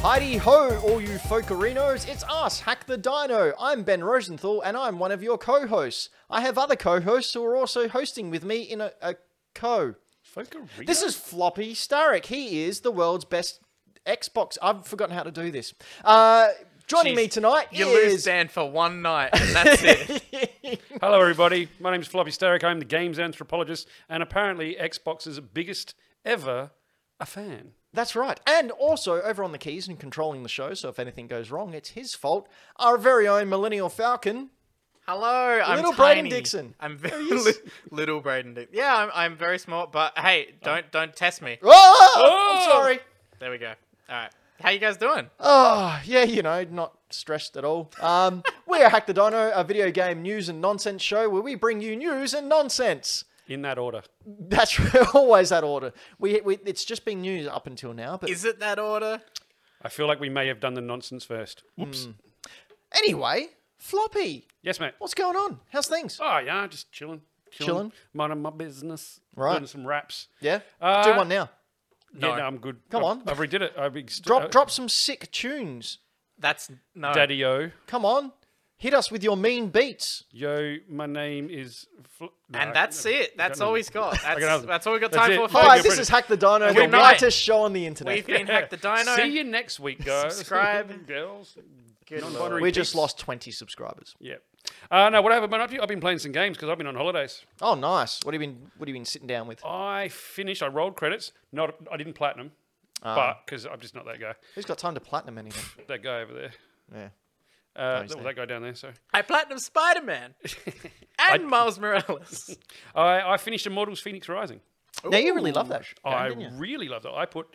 Heidi ho, all you Focarinos! It's us, Hack the Dino. I'm Ben Rosenthal, and I'm one of your co-hosts. I have other co-hosts who are also hosting with me in a, a co. Focarino? This is Floppy Starrick. He is the world's best Xbox. I've forgotten how to do this. Uh, joining me Jeez, tonight You lose is Dan for one night, and that's it. Hello, everybody. My name's Floppy Starrick. I'm the games anthropologist and apparently Xbox's biggest ever a fan. That's right. And also over on the keys and controlling the show, so if anything goes wrong, it's his fault. Our very own Millennial Falcon. Hello, I'm Little Braden tiny. Dixon. I'm very li- little Braden Dixon. Yeah, I'm, I'm very small, but hey, don't don't test me. Oh, Oh! I'm sorry. There we go. All right, how you guys doing? Oh, yeah, you know, not stressed at all. Um, we are Hack the Dino, a video game news and nonsense show where we bring you news and nonsense. In that order. That's always that order. We, we it's just been news up until now, but Is it that order? I feel like we may have done the nonsense first. Whoops. anyway, Floppy, Mm. Yes, mate. what's going on? How's things? Oh, yeah, just chilling. Chilling? Minding my business. Right. Doing some raps. Yeah, Uh, do one now. No. No. Yeah, no, I'm good. Come I've- on. I've redid it. I've ex- Drop uh, drop some sick tunes. That's no. Daddy O. Come on, hit us with your mean beats. Yo, my name is. Fl- No, And that's I- it. That's don't all know. he's got. That's, have- that's all we got That's time it. for. Thank All you right, folks. this pretty- is Hack the Dino, the Good night. brightest show on the internet. We've been hacked the dino. See you next week, guys. Subscribe. girls. Good lord. Non-binary We just peeps. lost 20 subscribers. Yeah. Uh, no, what have I been up to? I've been playing some games because I've been on holidays. Oh, nice. What have you been? What have you been sitting down with? I finished. I rolled credits. Not. I didn't platinum, but because I'm just not that guy. Who's got time to platinum anything? That guy over there. Yeah. Uh, he's well, that guy down there. Sorry. I platinum Spider Man and Miles Morales. I, I finished Immortals: Phoenix Rising. Now you really love that. Game, I didn't you? really loved it. I put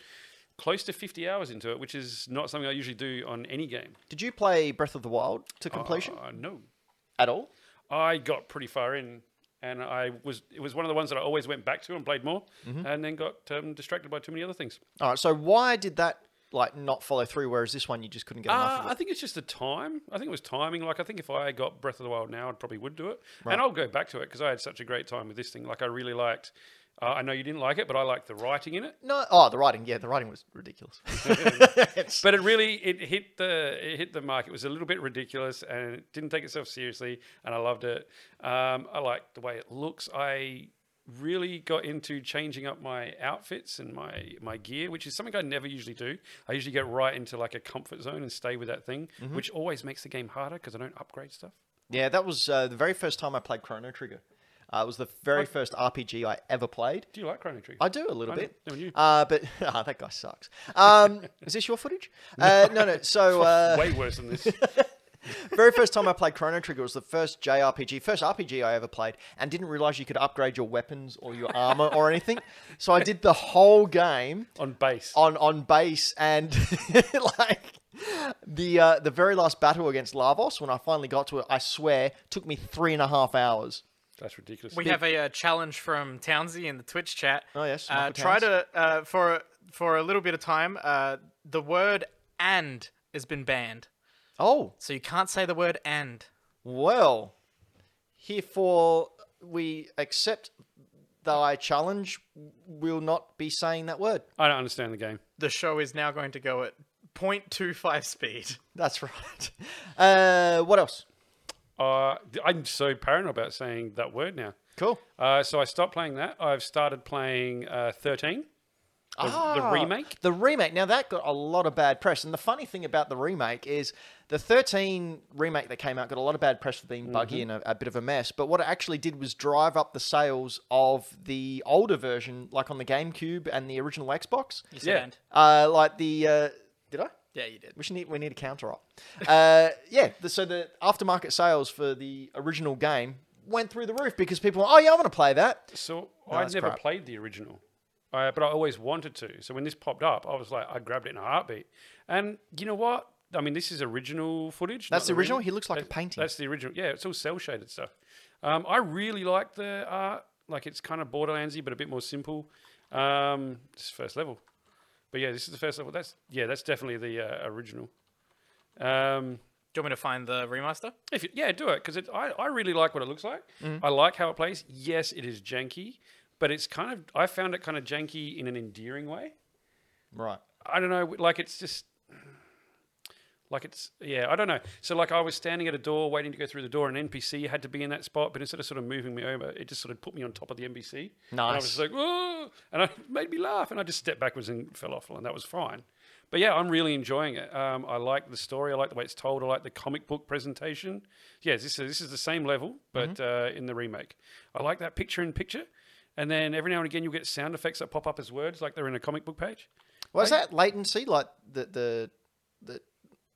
close to 50 hours into it, which is not something I usually do on any game. Did you play Breath of the Wild to completion Uh, no. at all? I got pretty far in, and I was. It was one of the ones that I always went back to and played more, and then got um, distracted by too many other things. All right. So why did that like not follow through? Whereas this one you just couldn't get enough Uh, of I it. think it's just the time. I think it was timing. Like I think if I got Breath of the Wild now, I probably would do it, and I'll go back to it because I had such a great time with this thing. Like I really liked. Uh, I know you didn't like it, but I liked the writing in it. No. Oh, the writing. Yeah, the writing was ridiculous. It's- But it really it hit the it hit the mark. It was a little bit ridiculous and it didn't take itself seriously, and I loved it. Um, I liked the way it looks. I really got into changing up my outfits and my my gear, which is something I never usually do. I usually get right into like a comfort zone and stay with that thing, Mm-hmm. which always makes the game harder because I don't upgrade stuff. yeah, that was uh, the very first time I played Chrono Trigger. Uh, it was the very first RPG I ever played. Do you like Chrono Trigger? I do a little I bit. never knew. Uh, but ah, that guy sucks. Um, is this your footage? Uh, no, no. So uh, Way worse than this. very first time I played Chrono Trigger was the first JRPG, first RPG I ever played, and didn't realize you could upgrade your weapons or your armor or anything. So I did the whole game on base. on on base and like the uh, the very last battle against Lavos. When I finally got to it, I swear took me three and a half hours. That's ridiculous. We have a uh, challenge from Townsy in the Twitch chat. Oh, yes, Uh, Michael try Towns. to uh, for for a little bit of time. Uh, the word "and" has been banned, Oh so you can't say the word "and." well, herefore we accept thy challenge. Will not be saying that word. I don't understand the game. The show is now going to go at 0.25 speed. That's right. Uh, what else? Uh, I'm so paranoid about saying that word now. Cool. Uh, so I stopped playing that. I've started playing uh, 13, the, Ah. the remake. Oh, The remake. Now that got a lot of bad press, and the funny thing about the remake is the 13 remake that came out got a lot of bad press for being buggy and a, a bit of a mess. But what it actually did was drive up the sales of the older version, like on the GameCube and the original Xbox. You said Yeah. "and." Uh, like the uh, did I? Yeah, you did. We should need we need a counter up. Uh, yeah. The, so the aftermarket sales for the original game went through the roof because people were, oh yeah, I want to play that. So I that's never crap. played the original, uh, but I always wanted to. So when this popped up, I was like, I grabbed it in a heartbeat. And you know what? I mean, this is original footage. That's not the original? remake. He looks like a That- painting. That's the original. Yeah, it's all cell shaded stuff. Um, I really like the art. Like it's kind of Borderlandsy, but a bit more simple. Um, it's first level, but yeah, this is the first level. That's yeah, that's definitely the uh, original. Um, Do you want me to find the remaster? if you, yeah, do it because I, I really like what it looks like. I like how it plays. Yes, it is janky, but it's kind of I found it kind of janky in an endearing way. Right. I don't know, like it's just Like it's yeah, I don't know. So like I was standing at a door waiting to go through the door, and an NPC had to be in that spot, but instead of sort of moving me over, it just sort of put me on top of the NPC. And I Nice. was just like, whoa, and it made me laugh, and I just stepped backwards and fell off, and that was fine. But yeah, I'm really enjoying it. Um, I like the story. I like the way it's told. I like the comic book presentation. Yeah, this is this is the same level, but uh, in the remake. I like that picture in picture, and then every now and again you'll get sound effects that pop up as words, like they're in a comic book page. Was that latency like the the the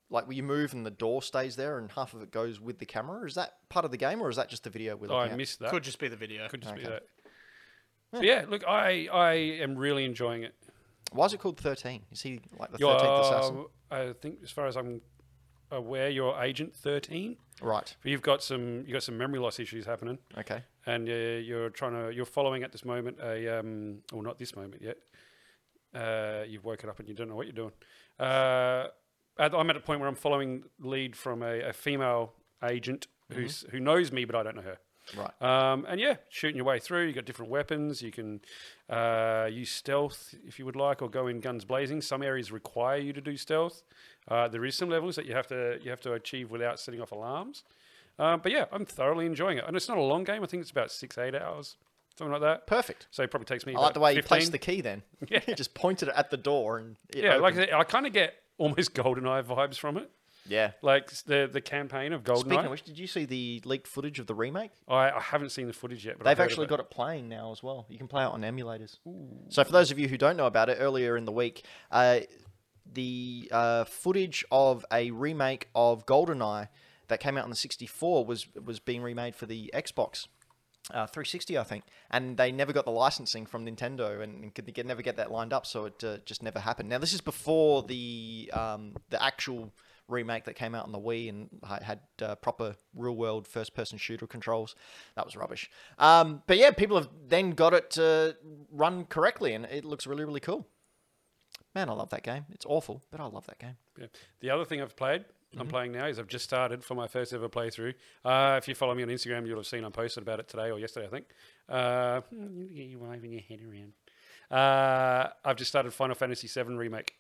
like where you move and the door stays there and half of it goes with the camera? Is that part of the game or is that just the video we're Oh, looking I at? missed that. Could just be the video. Could just be Okay. that. But yeah, look, I I am really enjoying it. Why is it called thirteen? Is he like the You're, thirteenth assassin? I think, as far as I'm aware, you're Agent Thirteen. Right. But you've got some you have got some memory loss issues happening, Okay. and uh, you're trying to you're following at this moment a um well not this moment yet. Uh, you've woken up and you don't know what you're doing. Uh, at- I'm at a point where I'm following lead from a, a female agent Mm-hmm. who's who knows me, but I don't know her. Right. Um, and yeah, shooting your way through. You got different weapons. You can uh, use stealth if you would like, or go in guns blazing. Some areas require you to do stealth. Uh, there is some levels that you have to you have to achieve without setting off alarms. Uh, but yeah, I'm thoroughly enjoying it, and it's not a long game. I think it's about six eight hours, something like that. Perfect. So it probably takes me. I like about the way you 15. placed the key then. Yeah. you just pointed it at the door and it Yeah, like I opened. said, I kind of get almost GoldenEye vibes from it, Yeah. like s- the the campaign of GoldenEye. Speaking of which, did you see the leaked footage of the remake? I, I haven't seen the footage yet, but I've They've heard actually of got it playing now as well. You can play it on emulators. So for those of you who don't know about it, earlier in the week, uh, the uh, footage of a remake of GoldenEye that came out on the 64 was was being remade for the Xbox. Uh, 360, I think, and they never got the licensing from Nintendo, and, and could get, never get that lined up, so it uh, just never happened. Now this is before the um, the actual remake that came out on the Wii and ha- had uh, proper real world first person shooter controls. That was rubbish. Um, but yeah, people have then got it to run correctly, and it looks really really cool. Man, I love that game. It's awful, but I love that game. Yeah. The other thing I've played, Mm-hmm. I'm playing now, is I've just started for my first ever playthrough. Uh, if you follow me on Instagram, you'll have seen I posted about it today or yesterday, I think. Uh, you get you waving your head around. Uh, I've just started Final Fantasy VII Remake.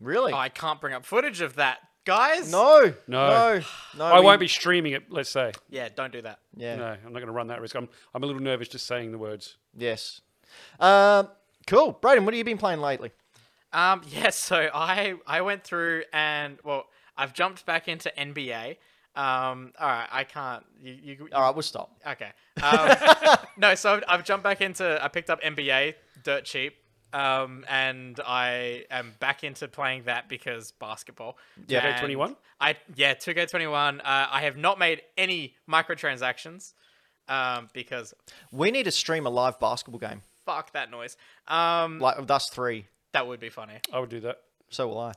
Really? Oh, I can't bring up footage of that, guys. no, No. no, no. I we- won't be streaming it, let's say. Yeah, don't do that. Yeah. No, I'm not going to run that risk. I'm, I'm a little nervous just saying the words. Yes. Um, cool, Braden. What have you been playing lately? Um, yeah, so I I went through and well, I've jumped back into NBA. Um, all right, I can't. You, you, All right, we'll stop. Okay. Um, no, so I've, I've jumped back into. I picked up NBA dirt cheap, um, and I am back into playing that because basketball. Yeah. 2K21? And I yeah, two K twenty one. Uh, I have not made any microtransactions, um, because We need to stream a live basketball game, fuck that noise. Um, like with us three. that would be funny. I would do that. So will I.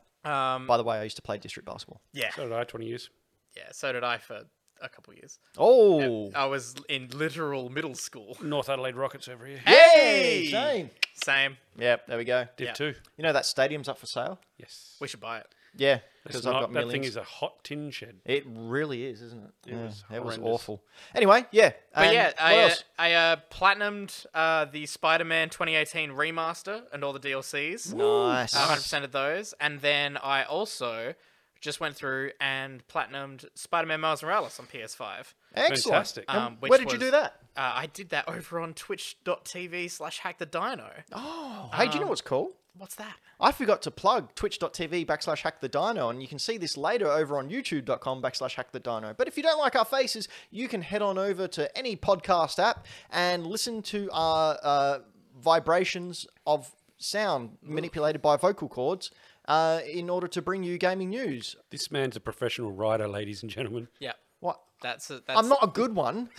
Um, By the way, I used to play district basketball. yeah, So did I, 20 years. yeah. So did I for a couple years. Oh, I was in literal middle school. North Adelaide Rockets over here. hey, Same. same. Same. Yep, there we go. Div Yeah. 2. You know that stadium's up for sale. Yes. We should buy it. Yeah, It's because I've not- got that millions. thing is a hot tin shed. It really is, isn't it? It was It was horrendous. awful. Anyway, yeah. But and yeah, what I, uh, else? I uh, platinumed uh, the Spider-Man 2018 remaster and all the DLCs. Nice. I 100% of those, and then I also just went through and platinumed Spider-Man Miles Morales on PS5. Excellent. Fantastic. And Um, which where did you was- do that? Uh, I did that over on twitch.tv slash hack the dino. Oh, hey, do you know what's cool? What's that? I forgot to plug twitch.tv backslash hack the dino, and you can see this later over on youtube.com backslash hack the dino. But if you don't like our faces, you can head on over to any podcast app and listen to our uh, vibrations of sound manipulated by vocal cords uh, in order to bring you gaming news. This man's a professional writer, ladies and gentlemen. Yeah, What? that's, a, that's I'm not a good one.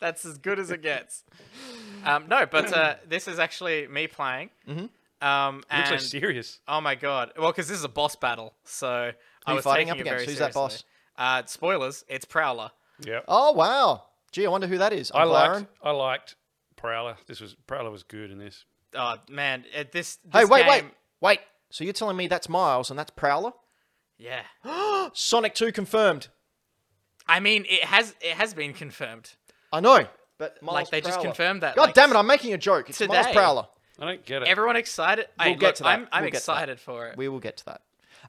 That's as good as it gets. um, no, but uh, this is actually me playing. Mm-hmm. Um, It looks and like serious. Oh my god! Well, because this is a boss battle, so I you was fighting taking up it against? very Who's that boss? seriously. Uh, spoilers. It's Prowler. Yeah. Oh, wow. Gee, I wonder who that is. I Uncle liked. Aaron? I liked Prowler. This was Prowler was good in this. Oh man, it, this, Hey, this wait, wait, game- wait. So you're telling me that's Miles and that's Prowler? Yeah, Sonic 2 confirmed. I mean it has it has been confirmed. I know. But Miles like they just Prowler. confirmed that. God like, damn it, I'm making a joke. It's Miles today. Prowler. I don't get it. Everyone excited? We'll Hey, get look, to that. I'm, I'm We'll get to that. excited for it. We will get to that.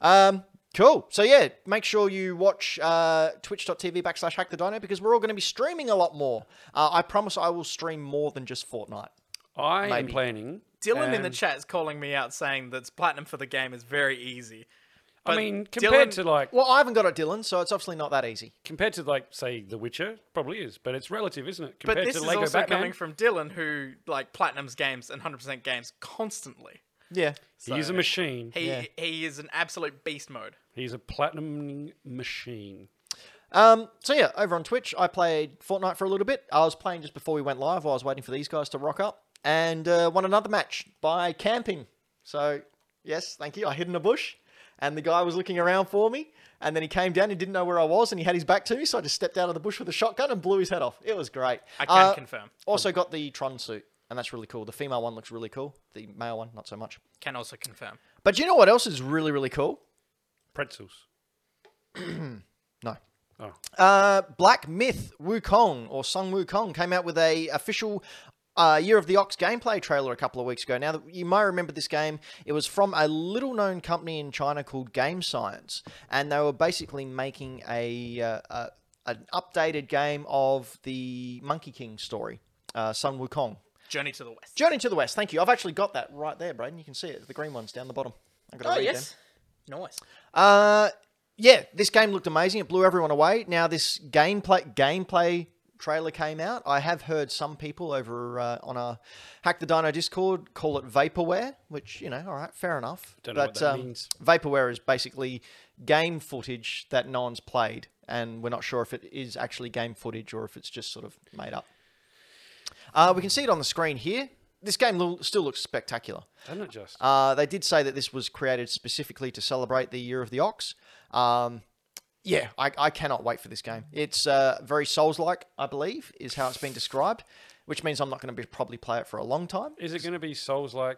Um, Cool. So yeah, make sure you watch uh, twitch.tv backslash hack the dino because we're all going to be streaming a lot more. Uh, I promise I will stream more than just Fortnite. I am Maybe. planning. Dylan in the and- chat is calling me out saying that platinum for the game is very easy. I but mean, compared Dylan- to like Well, I haven't got it, Dylan, so it's obviously not that easy. compared to like say The Witcher, probably is, but it's relative, isn't it? But Compared this to is Lego also Batman, coming from Dylan, who like platinums games and 100% games constantly. Yeah. he's a so- machine. He Yeah. he is an absolute beast mode. He's a platinum machine. Um, so yeah, over on Twitch, I played Fortnite for a little bit. I was playing just before we went live while I was waiting for these guys to rock up and uh, won another match by camping. So yes, thank you. I hid in a bush and the guy was looking around for me and then he came down. He didn't know where I was and he had his back to me. So I just stepped out of the bush with a shotgun and blew his head off. It was great. I can Uh, confirm. Also got the Tron suit and that's really cool. The female one looks really cool. The male one, not so much. Can also confirm. But do you know what else is really, really cool? Pretzels. No. Oh. Uh, Black Myth Wukong or Song Wukong came out with a official uh, Year of the Ox gameplay trailer a couple of weeks ago. Now you might remember this game. It was from a little known company in China called Game Science, and they were basically making a, uh, a an updated game of the Monkey King story, uh, Sun Wukong. Journey to the West. Journey to the West. Thank you. I've actually got that right there, Braden. You can see it. The green one's down the bottom. I Oh, Oh, got to read them. Nice. Uh, yeah, this game looked amazing. It blew everyone away. Now this gameplay gameplay trailer came out. I have heard some people over uh, on our Hack the Dino Discord call it vaporware, which you know, all right, fair enough. um, Don't know what that means. Vaporware is basically game footage that no one's played, and we're not sure if it is actually game footage or if it's just sort of made up. Uh, we can see it on the screen here. This game lo- still looks spectacular. Doesn't it just? Uh, they did say that this was created specifically to celebrate the Year of the Ox. Um, yeah, I, I cannot wait for this game. It's uh, very Souls-like, I believe, is how it's been described, which means I'm not going to be probably play it for a long time. Is it going to be Souls like,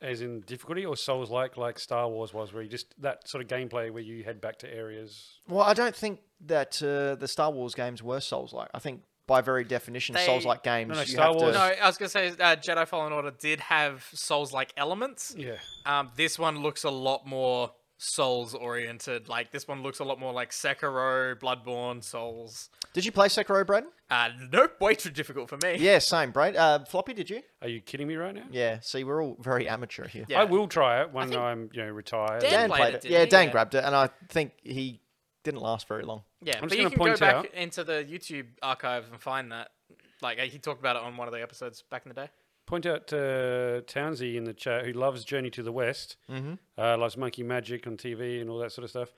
as in difficulty, or Souls like like Star Wars was, where you just that sort of gameplay where you head back to areas? Well, I don't think that uh, the Star Wars games were Souls-like. I think by very definition, They- Souls-like games. No, no, you Star have to- Wars- No, I was gonna say uh, Jedi Fallen Order did have Souls-like elements. Yeah. Um, this one looks a lot more Souls-oriented. Like this one looks a lot more like Sekiro, Bloodborne, Souls. Did you play Sekiro, Braden? Uh, nope, way too difficult for me. Yeah, same, Braden. Uh, Floppy, did you? Are you kidding me right now? Yeah. See, we're all very amateur here. Yeah. I will try it when think- I'm you know retired. Dan- Dan played played it, it. didn't Yeah, he? Dan Yeah. grabbed it, and I think he didn't last very long. Yeah, just but you gonna can point go back out- into the YouTube archive and find that. Like uh, he talked about it on one of the episodes back in the day. Point out to Townsy in the chat who loves Journey to the West, mm-hmm. uh, loves Monkey Magic on TV and all that sort of stuff,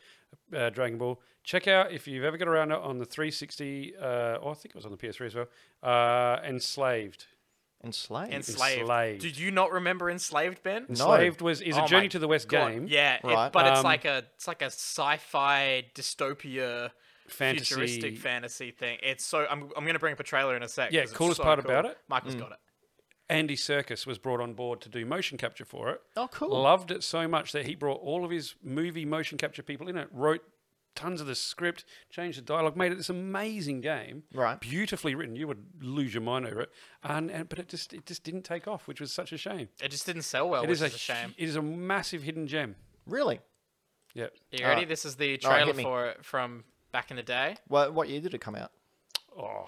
uh, Dragon Ball. Check out if you've ever got around it on the 360, uh, or I think it was on the PS3 as well. Uh, Enslaved. Enslaved. Enslaved. Enslaved. Did you not remember Enslaved, Ben? No. Enslaved was is Oh a my Journey to the West God, game. Yeah, it- Right. but it's Um, like a it's like a sci-fi dystopia Fantasy. futuristic fantasy thing. It's so I'm I'm gonna bring up a trailer in a sec. Yeah, 'cause it's coolest so part cool. about it- Mm. Michael's got it. Andy Circus was brought on board to do motion capture for it. Oh, cool. Loved it so much that he brought all of his movie motion capture people in it, wrote tons of the script, changed the dialogue, made it this amazing game. Right. Beautifully written. You would lose your mind over it. And, and but it just it just didn't take off, which was such a shame. It just didn't sell well, It which is is, a shame. hu- It is a massive hidden gem. Really? Yeah. you ready? Alright. This is the Alright, hit trailer me. for it from back in the day, What, what year did it come out? Oh,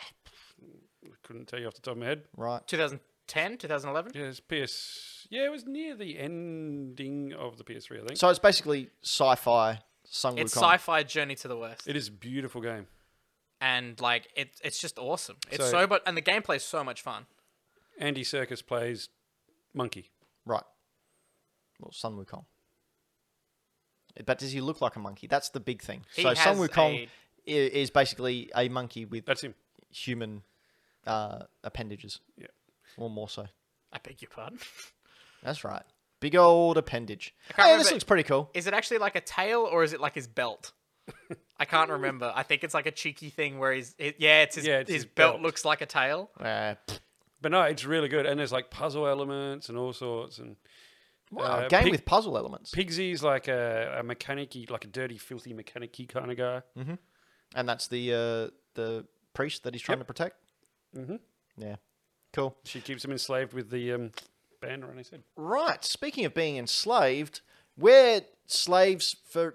couldn't tell you off the top of my head. Right. 2010, 2011. Yeah, it's PS. Yeah, it was near the ending of the PS3, I think. So it's basically sci-fi. Sung It's Wukong. sci-fi Journey to the West, it is a beautiful game. and like it, it's just awesome. It's So- so, but and the gameplay is so much fun. Andy Circus plays Monkey. right. Well, Sun Wukong. But does he look like a monkey? That's the big thing. He so Sun has Wukong a- i is basically a monkey with That's him. human uh, appendages, Yeah. or more so. I beg your pardon. That's right. Big old appendage. can't Hey, this remember- looks pretty cool. Is it actually like a tail or is it like his belt? I can't remember. I think it's like a cheeky thing where he's it, yeah, it's his, Yeah, it's his, his belt, belt. looks like a tail. Uh, pff, But no, it's really good, and there's like puzzle elements and all sorts. And wow, Uh, game pig- with puzzle elements, Pigsy's like a, a mechanicy, like a dirty, filthy mechanicy kind of guy. Mm. and that's the uh, the priest that he's trying to protect. Mm-hmm. Mhm. Yeah, cool. She keeps him enslaved with the um, banner on his head. Right. Speaking of being enslaved, we're slaves for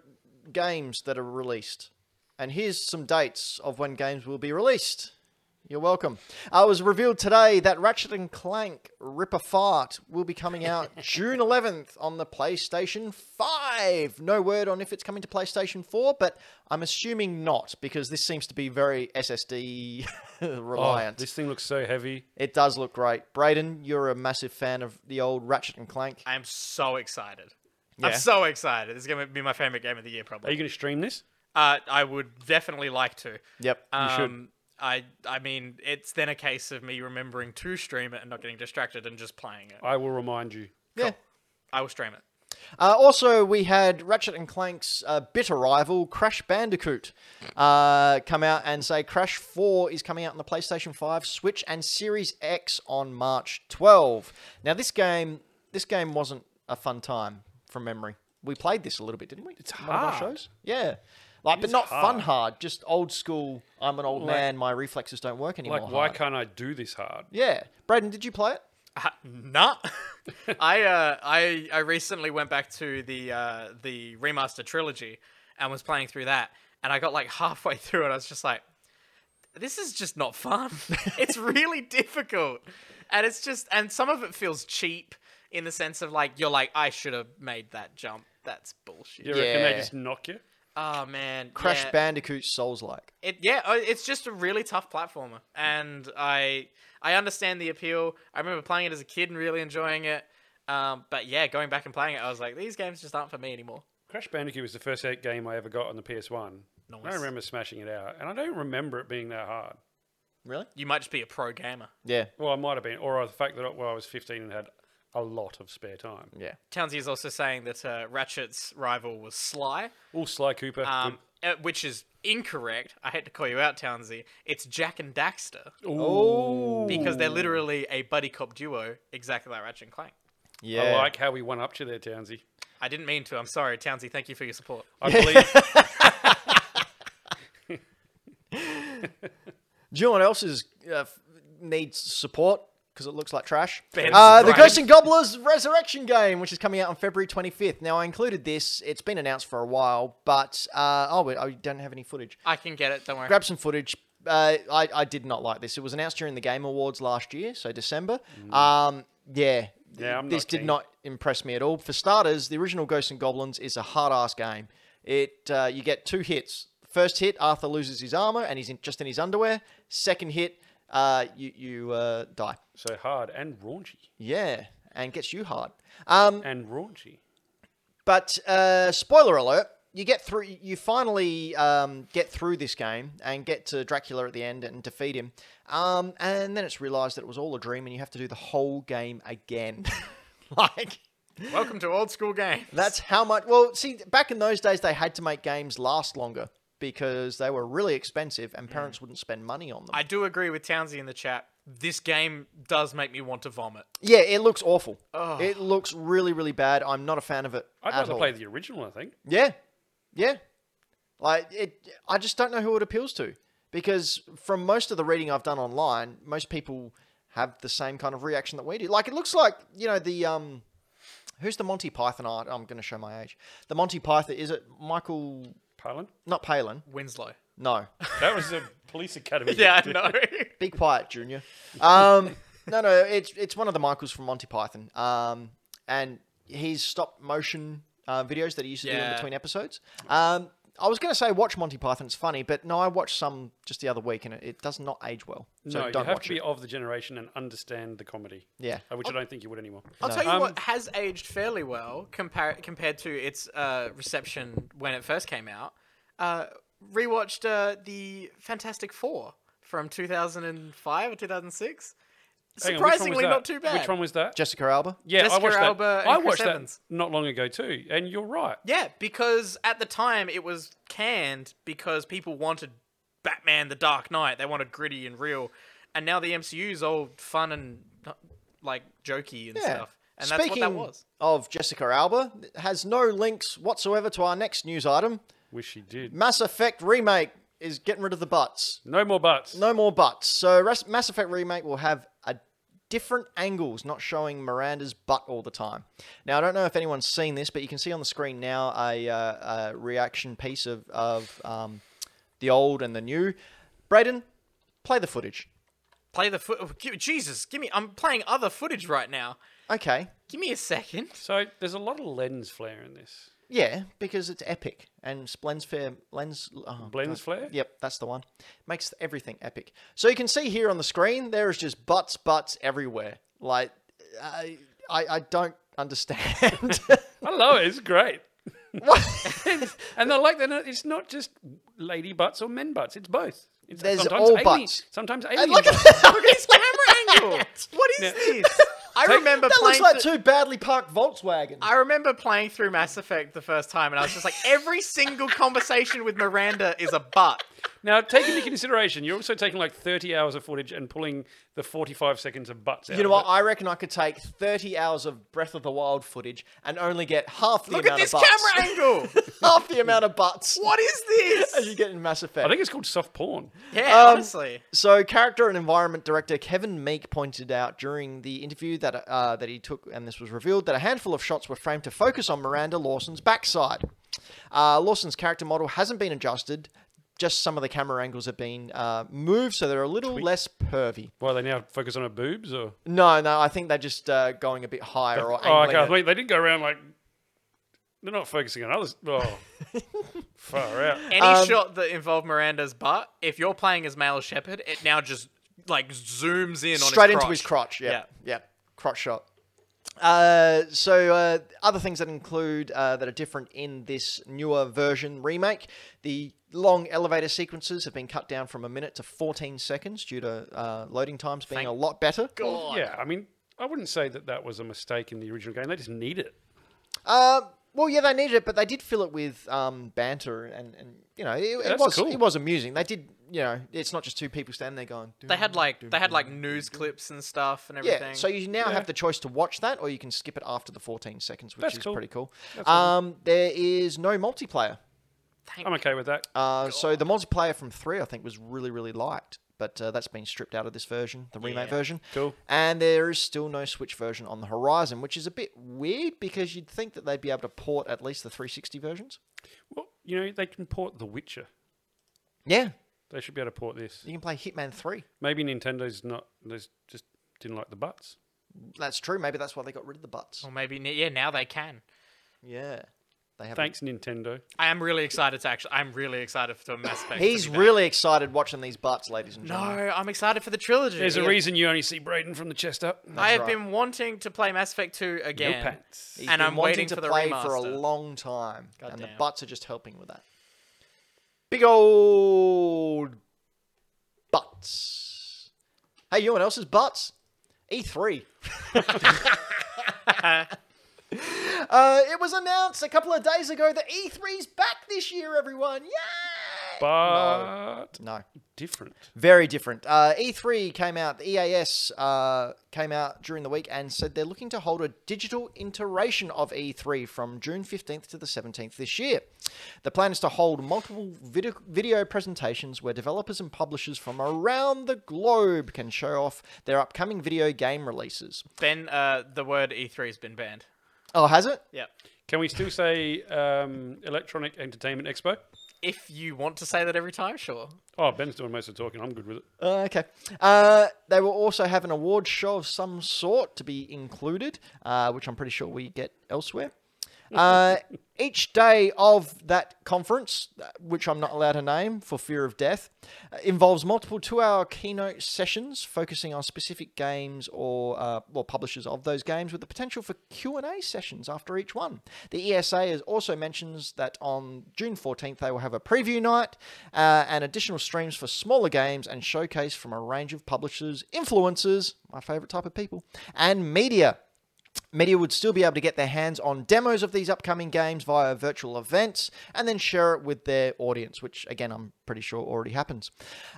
games that are released, and here's some dates of when games will be released. You're welcome. Uh, it was revealed today that Ratchet and Clank Ripper Fart will be coming out June 11th on the PlayStation 5. No word on if it's coming to PlayStation 4, but I'm assuming not because this seems to be very SSD reliant. "Oh, this thing looks so heavy. It does look great. Brayden, you're a massive fan of the old Ratchet and Clank. I'm so excited. Yeah. I'm so excited. This is gonna be my favorite game of the year, Are probably. you going to stream this? uh, I would definitely like to. Yep. should. Um, I I mean, it's then a case of me remembering to stream it and not getting distracted and just playing it. I will remind you. yeah. I will stream it. Uh, also, we had Ratchet and Clank's uh, bitter rival, Crash Bandicoot, uh, come out and say Crash 4 is coming out on the PlayStation 5, Switch, and Series X on March 12. Now, this game, this game wasn't a fun time from memory. We played this a little bit, didn't we? It's hard. Yeah. Like, but is not fun hard. hard, just old school. I'm an old Like- man, my reflexes don't work anymore. Like, why hard. can't I do this hard? Yeah. Braden, did you play it? Uh, nah. I uh I I recently went back to the uh the remaster trilogy and was playing through that and I got like halfway through and I was just like this is just not fun. it's really difficult. And it's just and some of it feels cheap in the sense of like you're like I should have made that jump. That's bullshit. You reckon Yeah. they just knock you? Oh man. Crash yeah. Bandicoot Souls like. It yeah, uh, it's just a really tough platformer, and I I understand the appeal. I remember playing it as a kid and really enjoying it. Um, but yeah, going back and playing it, I was like, these games just aren't for me anymore. Crash Bandicoot was the first eight game I ever got on the PS1. And I Nice. remember smashing it out, and I don't remember it being that hard. Really? You might just be a pro gamer. Yeah. Well, I might have been, or the fact that well, I was 15 and had a lot of spare time. Yeah. Townsy is also saying that uh, Ratchet's rival was Sly, All Sly Cooper. um, uh, which is incorrect. I hate to call you out, Townsy. It's Jack and Daxter good. Ooh, Oh. because they're literally a buddy cop duo, exactly like Ratchet and Clank. Yeah. Oh, I like how we won up to there, Townsy. I didn't mean to. I'm sorry, Townsy. Thank you for your support. I believe Do you know what else is uh, f- needs support because it looks like trash? Ben's Uh, the right. Ghosts and Goblins Resurrection game, which is coming out on February 25th. Now, I included this; it's been announced for a while, but uh, oh, wait, I don't have any footage. I can get it. Don't worry. Grab some footage. Uh, I, I did not like this. It was announced during the Game Awards last year, so December. Um, yeah, Mm. Yeah, I'm this not did keen. not impress me at all. For starters, the original Ghosts and Goblins is a hard ass game. It uh, you get two hits. First hit, Arthur loses his armor and he's in, just in his underwear. Second hit, uh, you you uh, die. so hard and raunchy Yeah, and gets you hard. Um, and raunchy. but uh, spoiler alert: you get through. You finally um, get through this game and get to Dracula at the end and defeat him. Um, and then it's realised that it was all a dream, and you have to do the whole game again. like Welcome to old school game. that's how much. Well, see, back in those days, they had to make games last longer because they were really expensive, and Mm. parents wouldn't spend money on them. I do agree with Townsy in the chat. This game does make me want to vomit. yeah, it looks awful. It looks really, really bad. I'm not a fan of it. I'd at rather all. play the original. I think Yeah, yeah. Like it, I just don't know who it appeals to because from most of the reading I've done online, most people have the same kind of reaction that we do. Like it looks like you know the um, who's the Monty Python art? I'm going to show my age. The Monty Python is it Michael? Parlin. Not Palin. Winslow. No, That was a police academy. Yeah, I game. know. be quiet, Junior. Um, no, no, it's it's one of the Michaels from Monty Python. Um, and his stop motion uh, videos that he used to do in Yeah. between episodes. Um, I was going to say watch Monty Python; it's funny, but no, I watched some just the other week, and it, it does not age well. So no, don't you have watch to be it. of the generation and understand the comedy. Yeah. Uh, which I don't think you would anymore. I'll tell you Um, what has aged fairly well compar- compared to its uh, reception when it first came out. Uh, rewatched uh, the Fantastic Four from 2005 or 2006. hang on, which one was Surprisingly, that? not too bad. Which one was that? Jessica Alba. Yeah, I Jessica watched that. Alba and I Chris watched that Evans. not long ago too, and you're right. Yeah, because at the time it was canned because people wanted Batman the Dark Knight. They wanted gritty and real. And now the MCU's all fun and like jokey and Yeah. stuff. And Speaking that's what that was. of Jessica Alba, it has no links whatsoever to our next news item. Wish she did. Mass Effect remake is getting rid of the butts. No more butts. No more buts. So Res- Mass Effect Remake will have a different angles, not showing Miranda's butt all the time. Now, I don't know if anyone's seen this, but you can see on the screen now a, uh, a reaction piece of, of um, the old and the new. Brayden, play the footage. Play the foot. Jesus, give me. I'm playing other footage right now. Okay. Give me a second. So there's a lot of lens flare in this. Yeah, because it's epic and lens fair lens oh, God. Blends flare? Yep, that's the one. Makes everything epic. So you can see here on the screen, there is just butts, butts everywhere. Like, I, I, I don't understand. I love it. It's great. What? And I like that it's not just lady butts or men butts. It's both. It's There's sometimes all alien- butts. Sometimes alien look at butts. look at his Camera angle. What is this? I remember That looks playing. like th- two badly parked Volkswagens. I remember playing through Mass Effect the first time, and I was just like, every single conversation with Miranda is a butt. Now, take into consideration, you're also taking like 30 hours of footage and pulling the 45 seconds of butts out. you know what? of it. I reckon I could take 30 hours of Breath of the Wild footage and only get half the Look at amount this of butts. camera angle. half the amount of butts What is as this? you get in Mass Effect. I think it's called soft porn. Yeah, Um, honestly. So, character and environment director Kevin Meek pointed out during the interview that uh, that he took, and this was revealed, that a handful of shots were framed to focus on Miranda Lawson's backside. Uh, Lawson's character model hasn't been adjusted; just some of the camera angles have been uh, moved, so they're a little less pervy. Why they now focus on her boobs or? No, no, I think they're just uh, going a bit higher or oh, angling okay. I it. think they did go around like they're not focusing on others. Oh, far out. Any um, shot that involved Miranda's butt, if you're playing as male Shepard, it now just like zooms in on straight his into his crotch. Yeah, yeah, Yeah. crotch shot. Uh, so uh, other things that include uh, that are different in this newer version remake, the long elevator sequences have been cut down from a minute to 14 seconds due to uh, loading times being Thank a lot better. God. Yeah, I mean, I wouldn't say that that was a mistake in the original game. They just need it. Uh, well, yeah, they needed it, but they did fill it with um, banter, and, and you know, it, it That's was cool. it was amusing. They did, you know, it's not just two people standing there going. They had like they had like news clips and stuff and everything. Yeah, so you now have the choice to watch that, or you can skip it after the 14 seconds, which That's is cool. pretty cool. Um, there is no multiplayer, Thank I'm okay with that. uh, so the multiplayer from three, I think, was really really liked, but uh, that's been stripped out of this version, the remake Yeah. version. Cool. And there is still no Switch version on the horizon, which is a bit weird because you'd think that they'd be able to port at least the 360 versions. Well, you know, they can port The Witcher. Yeah, They should be able to port this. you can play Hitman 3. Maybe Nintendo's not. They just didn't like the butts. That's true. Maybe that's why they got rid of the butts. Or maybe n- yeah, now they can. Yeah, they have. Thanks, Nintendo. I am really excited to actually. I'm really excited for Mass Effect. to He's be back. really excited watching these butts, ladies and No, gentlemen. I'm excited for the trilogy. There's a reason you only see Braden from the chest up. No I have right. been wanting to play Mass Effect 2 again. pants. He's and been I'm wanting waiting to for the play remaster. for a long time, and the Goddamn. butts are just helping with that. Big old butts. Hey, you know what else is butts? E E3. uh, it was announced a couple of days ago that E3's back this year, everyone. Yay! But No. different. Very different. Uh, E3 came out, the EAS uh, came out during the week and said they're looking to hold a digital iteration of E3 from June 15th to the 17th this year. The plan is to hold multiple vid- video presentations where developers and publishers from around the globe can show off their upcoming video game releases. Ben, uh, the word E3 has been banned. Oh, has it? Yep. Can we still say um, Electronic Entertainment Expo? If you want to say that every time, sure. Oh, Ben's doing most of the talking. I'm good with it. Uh, okay. Uh, they will also have an award show of some sort to be included, uh, which I'm pretty sure we get elsewhere. Uh, each day of that conference, uh, which I'm not allowed to name for fear of death, uh, involves multiple two-hour keynote sessions focusing on specific games or uh, well publishers of those games, with the potential for Q and A sessions after each one. The ESA is also mentions that on June 14th they will have a preview night uh, and additional streams for smaller games and showcase from a range of publishers, influencers, my favorite type of people, and media. Media would still be able to get their hands on demos of these upcoming games via virtual events and then share it with their audience, which again, I'm pretty sure already happens.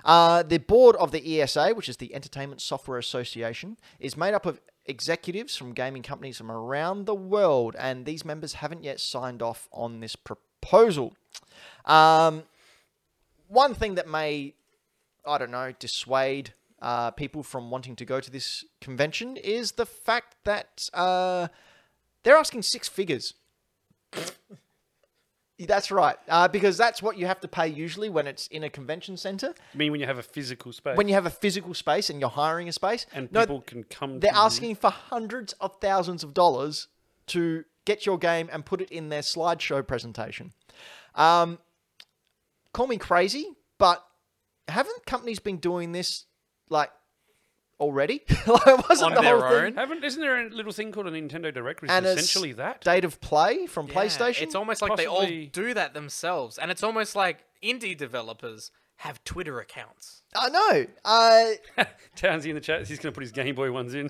Uh, the board of the ESA, which is the Entertainment Software Association, is made up of executives from gaming companies from around the world, and these members haven't yet signed off on this proposal. Um, one thing that may, I don't know, dissuade uh, people from wanting to go to this convention is the fact that uh, they're asking six figures. that's right, uh, because that's what you have to pay usually when it's in a convention center. I mean, when you have a physical space When you have a physical space and you're hiring a space, and No, people can come they're to asking for hundreds of thousands of dollars to get your game and put it in their slideshow presentation. Um, call me crazy, but haven't companies been doing this like already? like, wasn't On the their whole thing- own? Haven't isn't there a little thing called a Nintendo Direct? Which And is it's- essentially that. State of play from Yeah, PlayStation. It's almost like they Possibly- all do that themselves, and it's almost like indie developers have Twitter accounts. I know. Uh, Townsy in the chat. He's going to put his Game Boy ones in.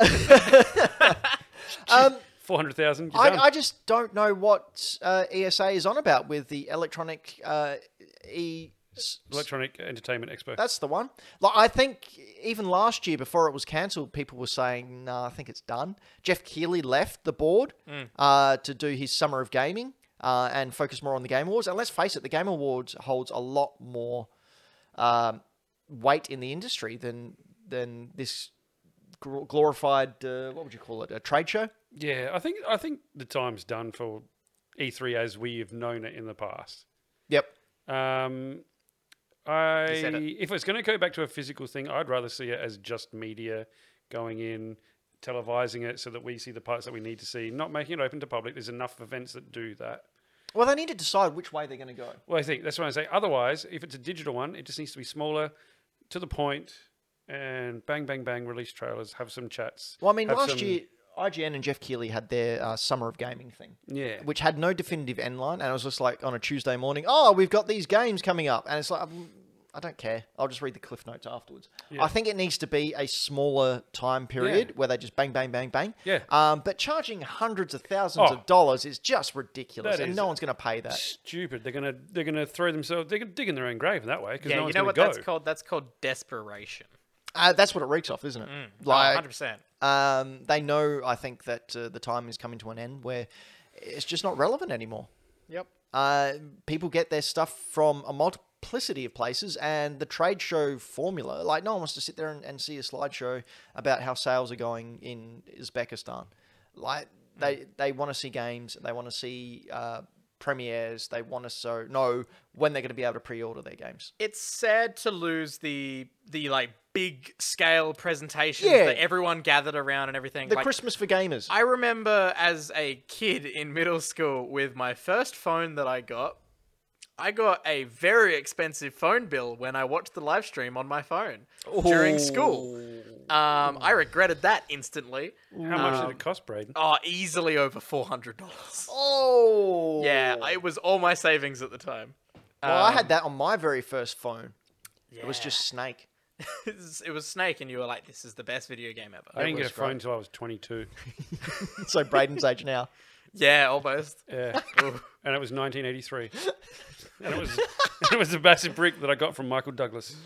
um, Four hundred thousand. I, I just don't know what uh, ESA is on about with the electronic uh, e. s- Electronic Entertainment Expo. That's the one. Like I think even last year before it was cancelled, people were saying, "No, I think it's done." Jeff Keighley left the board uh, to do his summer of gaming uh, and focus more on the Game Awards. And let's face it, the Game Awards holds a lot more um, weight in the industry than than this gl- glorified uh, what would you call it a trade show. yeah, I think I think the time's done for E3 as we have known it in the past. Yep. Um, I said it. if it's going to go back to a physical thing, I'd rather see it as just media going in, televising it so that we see the parts that we need to see, not making it open to public. There's enough events that do that. Well, they need to decide which way they're going to go. Well, I think that's what I say. Otherwise, if it's a digital one, it just needs to be smaller, to the point, and bang, bang, bang, release trailers, have some chats. Well, I mean, have last some- year IGN and Jeff Keighley had their uh, summer of gaming thing. yeah, which had no definitive end line, and it was just like on a Tuesday morning, oh, we've got these games coming up, and it's like, "Mm, I don't care. I'll just read the cliff notes afterwards. I think it needs to be a smaller time period where they just bang, bang, bang, bang. Yeah. Um, but charging hundreds of thousands Oh. of dollars is just ridiculous, That and is- no one's going to pay that. stupid. They're gonna they're gonna throw themselves. They're gonna dig in their own grave in that way because Yeah, no you one's know gonna what go. that's called? That's called desperation. Uh, that's what it reeks off, isn't it? Mm. Like, Oh, Like, 100%. um, they know, I think, that uh, the time is coming to an end where it's just not relevant anymore. Yep. Uh, people get their stuff from a multiplicity of places, and the trade show formula, like no one wants to sit there and, and see a slideshow about how sales are going in Uzbekistan. Like Hmm. they they want to see games, they want to see uh, premieres, they want to so know when they're going to be able to pre-order their games. It's sad to lose the the like big scale presentations Yeah. that everyone gathered around and everything. The like, Christmas for gamers. I remember as a kid in middle school with my first phone that I got, I got a very expensive phone bill when I watched the live stream on my phone during school. Um, I regretted that instantly. How much did it cost, Braden? Oh, easily over four hundred dollars. oh Yeah, um, it was all my savings at the time. well, I had that on my very first phone. It was Yeah. just Snake. It was- it was Snake, and you were like, "This is the best video game ever." I didn't was get a phone until I was 22. so Braden's age now. Yeah, almost. Yeah. Ooh. and it was 1983. and it was it was a massive brick that I got from Michael Douglas.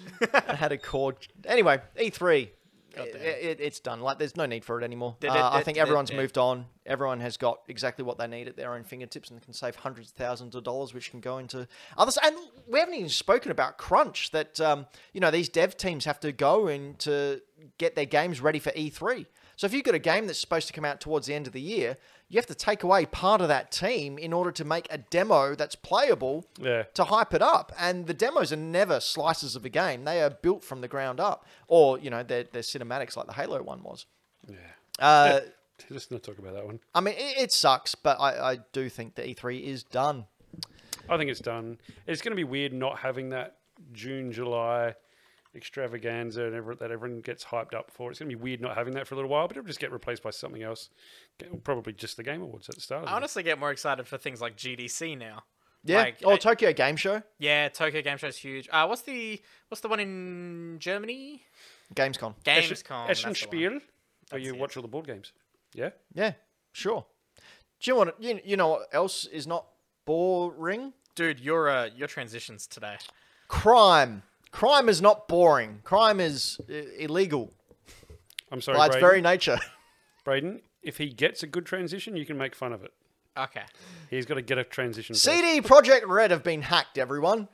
I had a cord. Anyway, E3. It, damn. it- it's done. Like, there's no need for it anymore. Did Uh, it- I did- think did it- everyone's did- moved on. Everyone has got exactly what they need at their own fingertips and can save hundreds of thousands of dollars, which can go into others. And we haven't even spoken about crunch that um, you know these dev teams have to go and to get their games ready for E3. So if you've got a game that's supposed to come out towards the end of the year, you have to take away part of that team in order to make a demo that's playable Yeah. to hype it up. And the demos are never slices of a game; they are built from the ground up, or you know, they're, they're cinematics like the Halo one was. Yeah. Uh, Let's not talk about that one. I mean, it, it sucks, but I, I do think the E3 is done. I think it's done. It's going to be weird not having that June, July extravaganza and every, that everyone gets hyped up for. It's going to be weird not having that for a little while, but it'll just get replaced by something else. Get- Probably just the Game Awards at the start. of I the- honestly get more excited for things like GDC now. Yeah, Oh, Like, or I- Tokyo Game Show, yeah, Tokyo Game Show's huge. Uh, what's the what's the one in Germany? Gamescom. Eschen- Gamescom. that's the one. Eschenspiel, where you it. watch all the board games. Yeah. Yeah, sure. Do you want to, you, you know what else is not boring? Dude, your uh, your transitions today. Crime. Crime is not boring. Crime is uh, illegal I'm sorry, by its Braden. very nature. Braden, if he gets a good transition, you can make fun of it. Okay. He's got to get a transition. first. CD Project Red have been hacked, everyone.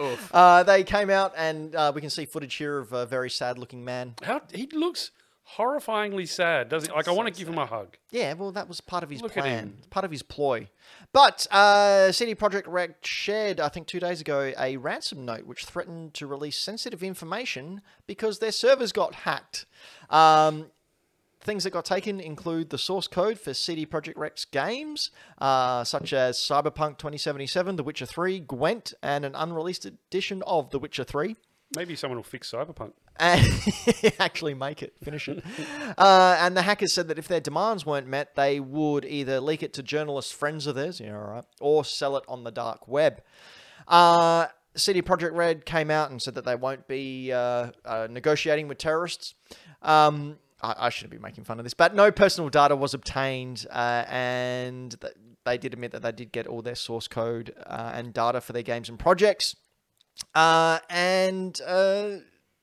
Oof. Uh, they came out, and uh, we can see footage here of a very sad-looking man. How he looks horrifyingly sad, doesn't he? Like I want to give him a hug. Yeah, well, that was part of his Look at plan, him. part of his ploy. But uh, CD Projekt Red shared, I think, two days ago, a ransom note which threatened to release sensitive information because their servers got hacked. Um, things that got taken include the source code for CD Projekt Red's games, uh, such as Cyberpunk 2077, The Witcher 3, Gwent, and an unreleased edition of The Witcher 3 Maybe someone will fix Cyberpunk. and actually make it, finish it. Uh, and the hackers said that if their demands weren't met, they would either leak it to journalists, friends of theirs, yeah, all right, or sell it on the dark web. Uh, CD Projekt Red came out and said that they won't be uh, uh, negotiating with terrorists. Um, I, I shouldn't be making fun of this, but no personal data was obtained, uh, and th- they did admit that they did get all their source code uh, and data for their games and projects. Uh, and uh,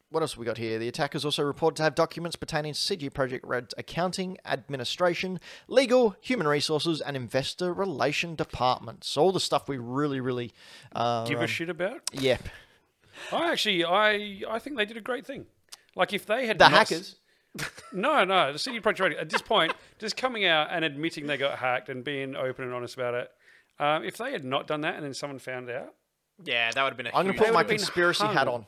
what else have we got here? The attackers also reported to have documents pertaining to CG Project Red's accounting, administration, legal, human resources, and investor relation departments. All the stuff we really, really uh, Give um, a shit about. Yep. I actually, I, I think they did a great thing. Like if they had The not s- hackers. No, no, the CD Projekt Red, at this point, just coming out and admitting they got hacked and being open and honest about it. Um, if they had not done that and then someone found out, Yeah, that would have been a I'm going huge to put my would've been conspiracy hat hung. on.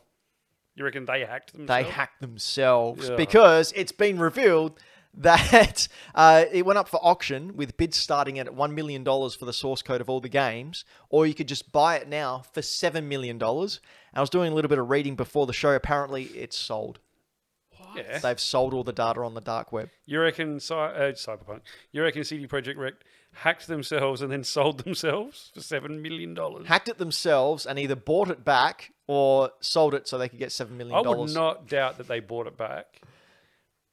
you reckon they hacked They themselves? hacked themselves Yeah. because it's been revealed that uh, it went up for auction with bids starting at $1 million for the source code of all the games, or you could just buy it now for $7 million. I was doing a little bit of reading before the show. Apparently, it's sold. Yeah. They've sold all the data on the dark web. You reckon Cy- uh, Cyberpunk? You reckon CD Projekt Red hacked themselves and then sold themselves for seven million dollars? Hacked it themselves and either bought it back or sold it so they could get $7 I million. would not doubt that they bought it back.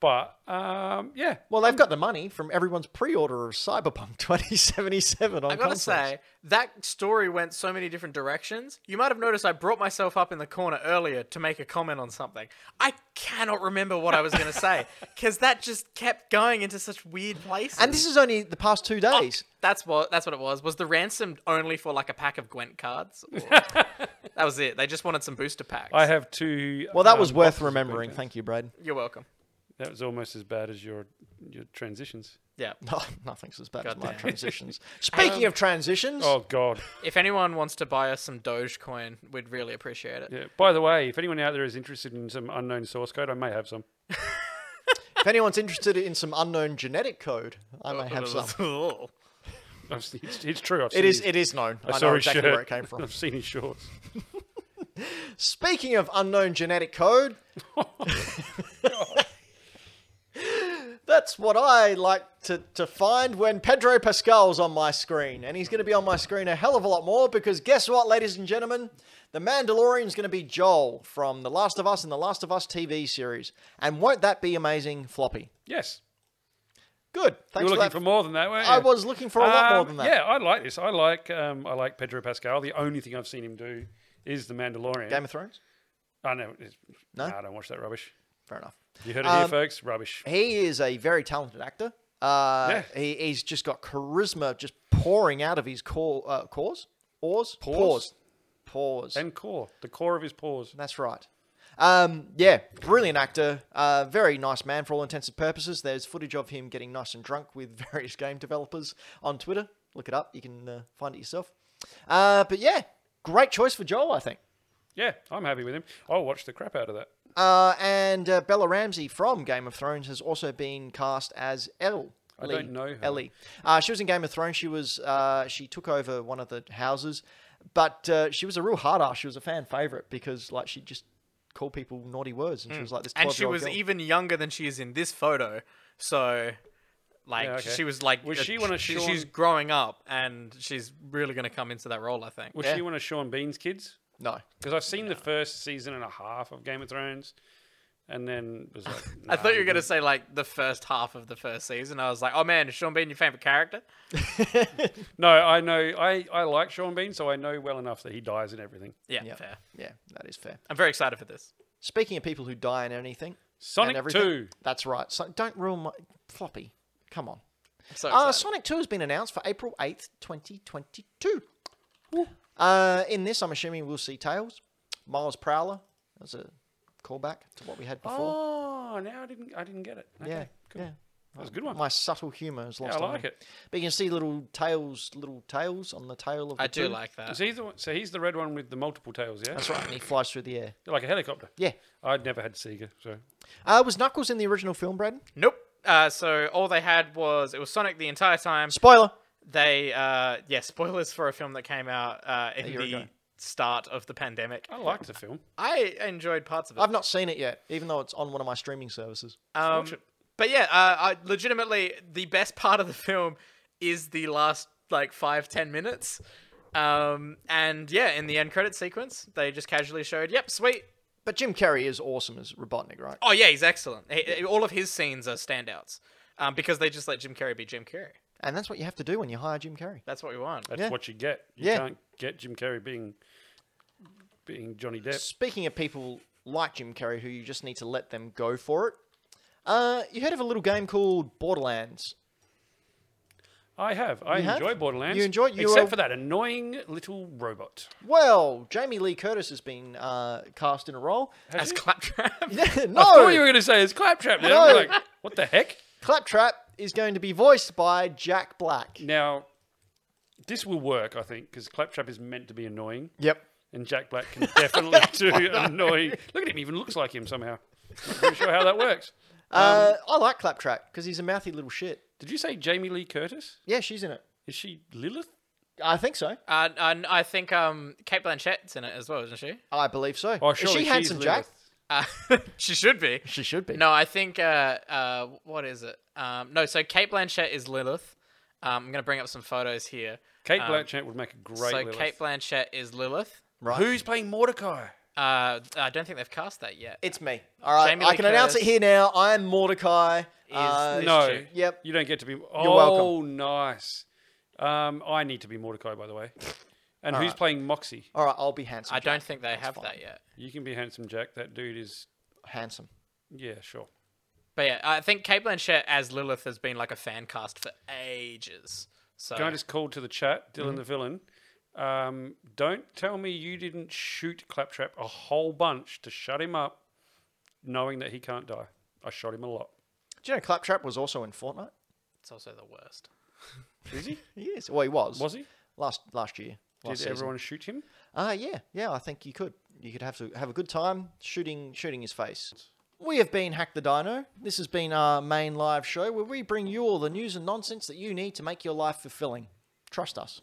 But um, yeah, Well, they've got the money from everyone's pre-order of Cyberpunk 2077 on I gotta consoles. say, that story went so many different directions. You might have noticed I brought myself up in the corner earlier to make a comment on something. I cannot remember what I was gonna say, because that just kept going into such weird places. And this is only the past two days. that's what that's what it was. Was the ransom only for like a pack of Gwent cards? Or- that was it. They just wanted some booster packs. I have two. Well, that um, was worth boxes of remembering. Gwent. Thank you, Brad. You're welcome. That was almost as bad as your your transitions. Yeah. No, nothing's as bad as my Goddamn. transitions. Speaking of transitions, Um, Oh God. If anyone wants to buy us some Dogecoin, we'd really appreciate it. Yeah. By the way, if anyone out there is interested in some unknown source code, I may have some. if anyone's interested in some unknown genetic code, I Uh, may have some. I've, s- it's, it's true. I've seen It is. His, It is known. I, I saw know his exactly shirt. where it came from. I've seen his shorts. Speaking of unknown genetic code, that's what I like to, to find when Pedro Pascal's on my screen. And he's going to be on my screen a hell of a lot more because guess what, ladies and gentlemen? The Mandalorian's going to be Joel from The Last of Us and The Last of Us TV series. And won't that be amazing, Floppy? Yes. Good. Thanks You for were looking that. for more than that, weren't you? I was looking for a lot more Um, than that. Yeah, I like this. I like um, I like Pedro Pascal. The only thing I've seen him do is The Mandalorian. Game of Thrones? I know. it's- No? nah, I don't watch that rubbish. Fair enough. You heard it Um, here, folks. Rubbish. He is a very talented actor. Uh, Yeah. he, he's just got charisma just pouring out of his core, uh, cores, oars, paws, Pores? paws. And core, the core of his paws. That's right. Um, yeah, brilliant actor. Uh, very nice man for all intents and purposes. There's footage of him getting nice and drunk with various game developers on Twitter. Look it up. You can uh, find it yourself. Uh, but yeah, great choice for Joel, I think. Yeah, I'm happy with him. I'll watch the crap out of that. Uh, and uh, Bella Ramsey from Game of Thrones has also been cast as Elle. I Lee, don't know her. Ellie. Uh, she was in Game of Thrones. She was uh, she took over one of the houses, but uh, she was a real hard ass. She was a fan favorite because like she just called people naughty words, and she was like this. and she 12-year-old was girl. even younger than she is in this photo. So, like, Yeah, okay. she was like, Was uh, she one of she- Sean- She's growing up, and she's really going to come into that role, I think. Was Yeah. she one of Sean Bean's kids? no. Because I've seen the first season and a half of Game of Thrones, and then was like, I thought you were nah, going to say like the first half of the first season. I was like, oh man, is Sean Bean your favorite character? No, I know. I I like Sean Bean, so I know well enough that he dies in everything. Yeah, Yeah. fair. Yeah, that is fair. I'm very excited for this. Speaking of people who die in anything, Sonic and everything, Two. That's right. So don't ruin my floppy. Come on. I'm so Uh, Oh, excited. Sonic Two has been announced for April eighth, twenty twenty two. Uh, in this, I'm assuming we'll see Tails, Miles Prowler. That's a callback to what we had before. Oh, now I didn't. I didn't get it. Oh, Okay, yeah, cool. yeah. That was a good one. My subtle humour is Yeah, lost I on like me. it. But you can see little tails, little tails on the tail of the I do two. like that. So he's Uh, the one, so he's the red one with the multiple tails, yeah, That's right, and he flies through the air. like a helicopter. Yeah. I'd never had Sega, so Uh, was Knuckles in the original film, Braden? Nope. Uh, so all they had was it was Sonic the entire time. Spoiler. They uh, yeah, spoilers for a film that came out uh, in year the ago. start of the pandemic. I liked the film. I enjoyed parts of it. I've not seen it yet, even though it's on one of my streaming services. Uh, Um, watch it. but yeah, uh, I legitimately the best part of the film is the last like five ten minutes. Um, and yeah, in the end credit sequence, they just casually showed, "Yep, sweet." But Jim Carrey is awesome as Robotnik, right? Oh yeah, he's excellent. He- he- all of his scenes are standouts um, because they just let Jim Carrey be Jim Carrey. And that's what you have to do when you hire Jim Carrey. That's what we want. That's Yeah. what you get. You Yeah. can't get Jim Carrey being being Johnny Depp. Speaking of people like Jim Carrey who you just need to let them go for it, uh, you heard of a little game called Borderlands? I have. I You have? enjoy Borderlands. You enjoy- you except are- for that annoying little robot. Well, Jamie Lee Curtis has been uh, cast in a role. As claptrap. no, I thought you were going to say it's Claptrap. Now No. I'm like, what the heck? Claptrap is going to be voiced by Jack Black. Now, this will work, I think, because Claptrap is meant to be annoying, Yep. and Jack Black can definitely do annoying. Look at him; he even looks like him somehow. Not really sure how that works. Uh, Um, I like Claptrap because he's a mouthy little shit. Did you say Jamie Lee Curtis? Yeah, she's in it. Is she Lilith? I think so. Uh, and I think um, Kate Blanchett's in it as well, isn't she? I believe so. Oh, is surely she she's handsome, Jack? Lilith. Uh, she should be. She should be. No, I think. Uh, uh, what is it? Um, no, so Kate Blanchett is Lilith. Um, I'm gonna bring up some photos here. Kate Um, Blanchett would make a great so Lilith. Kate Blanchett is Lilith. Right. Who's playing Mordecai? Uh, I don't think they've cast that yet. It's me. All right. Jamie I Lee can announce it Curtis. here now. I am Mordecai. Uh, Is- No, true. Yep. you don't get to be. Oh, welcome. nice. Um, I need to be Mordecai, by the way. And who's right. playing Moxie? All right. I'll be handsome. I Jack. don't think they have fine. that yet. You can be handsome, Jack. That dude is. handsome. Yeah, sure. But yeah, I think Kate Blanchett as Lilith has been like a fan cast for ages. So Can I just call to the chat, Dylan the villain? Um, don't tell me you didn't shoot Claptrap a whole bunch to shut him up, knowing that he can't die. I shot him a lot. Do you know Claptrap was also in Fortnite? it's also the worst. Is he? He is. Well, he was. Was he? last last year. Did Last season. everyone shoot him? Uh, yeah, yeah. I think you could. You could have to have a good time shooting shooting his face. We have been Hack the Dino. This has been our main live show where we bring you all the news and nonsense that you need to make your life fulfilling. Trust us.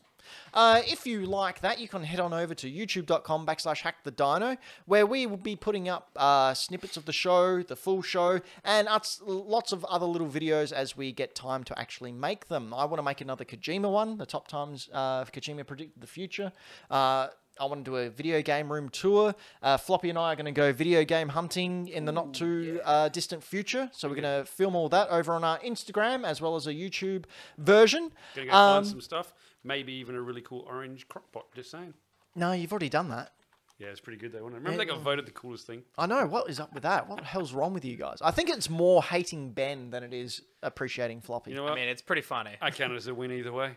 Uh, if you like that, you can head on over to youtube.com backslash hack the dino, where we will be putting up uh, snippets of the show, the full show, and us- lots of other little videos as we get time to actually make them. I want to make another Kojima one, the top times uh, Kojima predicted the future. Uh, I want to do a video game room tour. Uh, Floppy and I are going to go video game hunting in the not too uh, distant future. So we're going to film all that over on our Instagram as well as a YouTube version. Gonna go Um, find some stuff. Maybe even a really cool orange crock pot. Just saying. no, you've already done that. Yeah, it's pretty good though, wasn't it? Remember they got voted the coolest thing? I know. What is up with that? What the hell's wrong with you guys? I think it's more hating Ben than it is appreciating Floppy. You know I what? I, mean, it's pretty funny. count it as a win either way.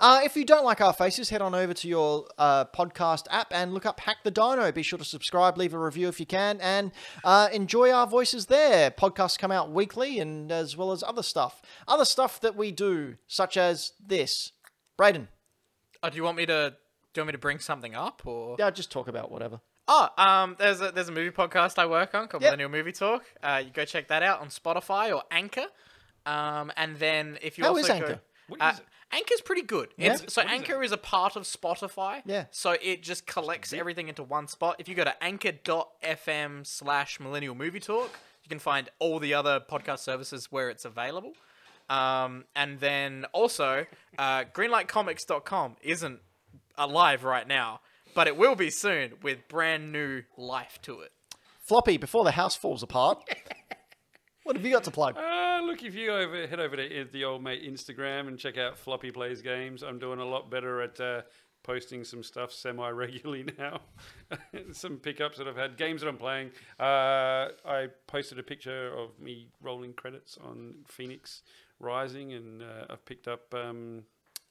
uh, if you don't like our faces, head on over to your uh, podcast app and look up Hack the Dino. Be sure to subscribe, leave a review if you can, and uh, enjoy our voices there. Podcasts come out weekly and as well as other stuff. Other stuff that we do, such as this. Brayden, Oh, do you want me to? Do you want me to bring something up or? yeah, just talk about whatever. Oh, um, there's a there's a movie podcast I work on called Yep. Millennial Movie Talk. Uh, you go check that out on Spotify or Anchor. Um, and then if you How also is Go, Anchor? What uh, is it? Anchor's pretty good. It's, so What is it? Anchor is a part of Spotify. Yeah. So it just collects everything into one spot. If you go to anchor.fm slash millennial movie talk, you can find all the other podcast services where it's available. Um, and then also, uh, greenlightcomics.com isn't alive right now, but it will be soon with brand new life to it. Floppy, before the house falls apart, what have you got to plug? Uh, look, if you over, head over to i- the old mate Instagram and check out Floppy Plays Games, I'm doing a lot better at uh, posting some stuff semi regularly now. some pickups that I've had, games that I'm playing. Uh, I posted a picture of me rolling credits on Phoenix Rising, and uh, I've picked up um,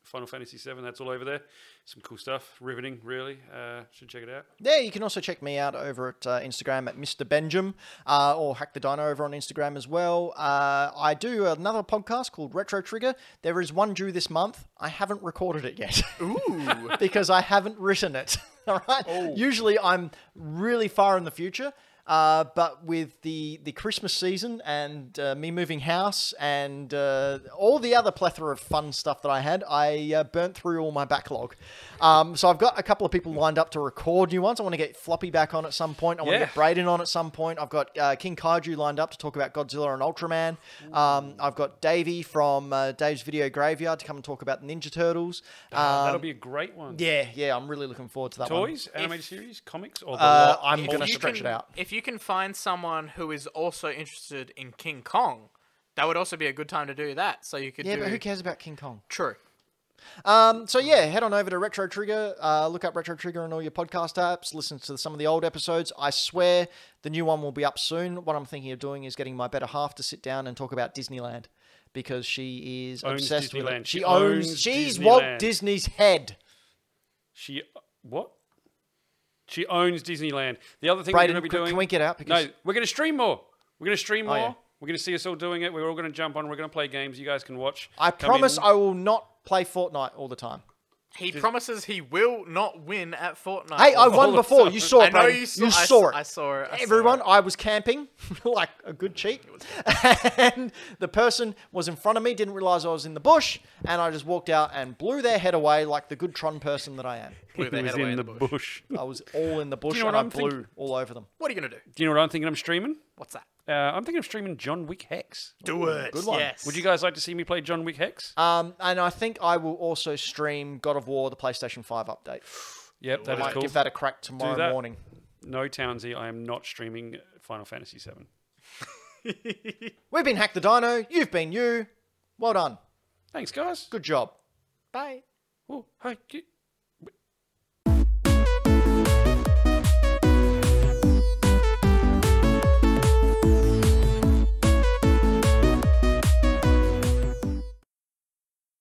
Final Fantasy VII. That's all over there. Some cool stuff. Riveting, really. Uh, should check it out. Yeah, you can also check me out over at uh, Instagram at Mr. Benjam uh, or Hack the Dino over on Instagram as well. Uh, I do another podcast called Retro Trigger. There is one due this month. I haven't recorded it yet. Ooh. because I haven't written it. All right. Usually I'm really far in the future. Uh, but with the, the Christmas season and uh, me moving house and uh, all the other plethora of fun stuff that I had, I uh, burnt through all my backlog. Um, so I've got a couple of people lined up to record new ones. I want to get Floppy back on at some point. I want to Yeah. get Braden on at some point. I've got uh, King Kaiju lined up to talk about Godzilla and Ultraman. Um, I've got Davey from uh, Dave's Video Graveyard to come and talk about Ninja Turtles. Um, That'll be a great one. yeah, yeah, I'm really looking forward to that one. Toys, animated If- series, comics, or the Uh, lot, I'm all gonna of it? you stretch can- it out. If you can find someone who is also interested in King Kong, that would also be a good time to do that. So you could Yeah, do but who cares about King Kong? true. Um, so yeah, head on over to Retro Trigger, uh, look up Retro Trigger on all your podcast apps, listen to some of the old episodes. I swear the new one will be up soon. What I'm thinking of doing is getting my better half to sit down and talk about Disneyland because she is Owns obsessed with it. Disneyland. She, She owns, owns she's Walt Disneyland. Disney's head. She what? She owns Disneyland. The other thing Braden, we're going to be can- doing. can we get out? Because- No, we're going to stream more. We're going to stream more. yeah. We're going to see us all doing it. We're all going to jump on. We're going to play games. You guys can watch. I Come promise in. I will not play Fortnite all the time. He promises he will not win at Fortnite. Hey, I Also, won the before. time. You saw Oh, I it, know Braden. you saw, I, it. I saw it. I saw Everyone, it. I was camping like a good cheat, and the person was in front of me, didn't realize I was in the bush, and I just walked out and blew their head away like the good Tron person that I am. Blew He their was head away in the bush. I was all in the bush know what and I I'm blew think- all over them. What are you gonna do? Do you know what I'm thinking? I'm streaming. What's that? Uh, I'm thinking of streaming John Wick Hex. Do it. good one. Yes. Would you guys like to see me play John Wick Hex? Um, and I think I will also stream God of War, the PlayStation 5 update. yep, that is Might cool. give that a crack tomorrow that. morning. No Townsy, I am not streaming Final Fantasy VII. We've been Hack the Dino. You've been you. Well done. Thanks, guys. Good job. Bye. Oh, hi.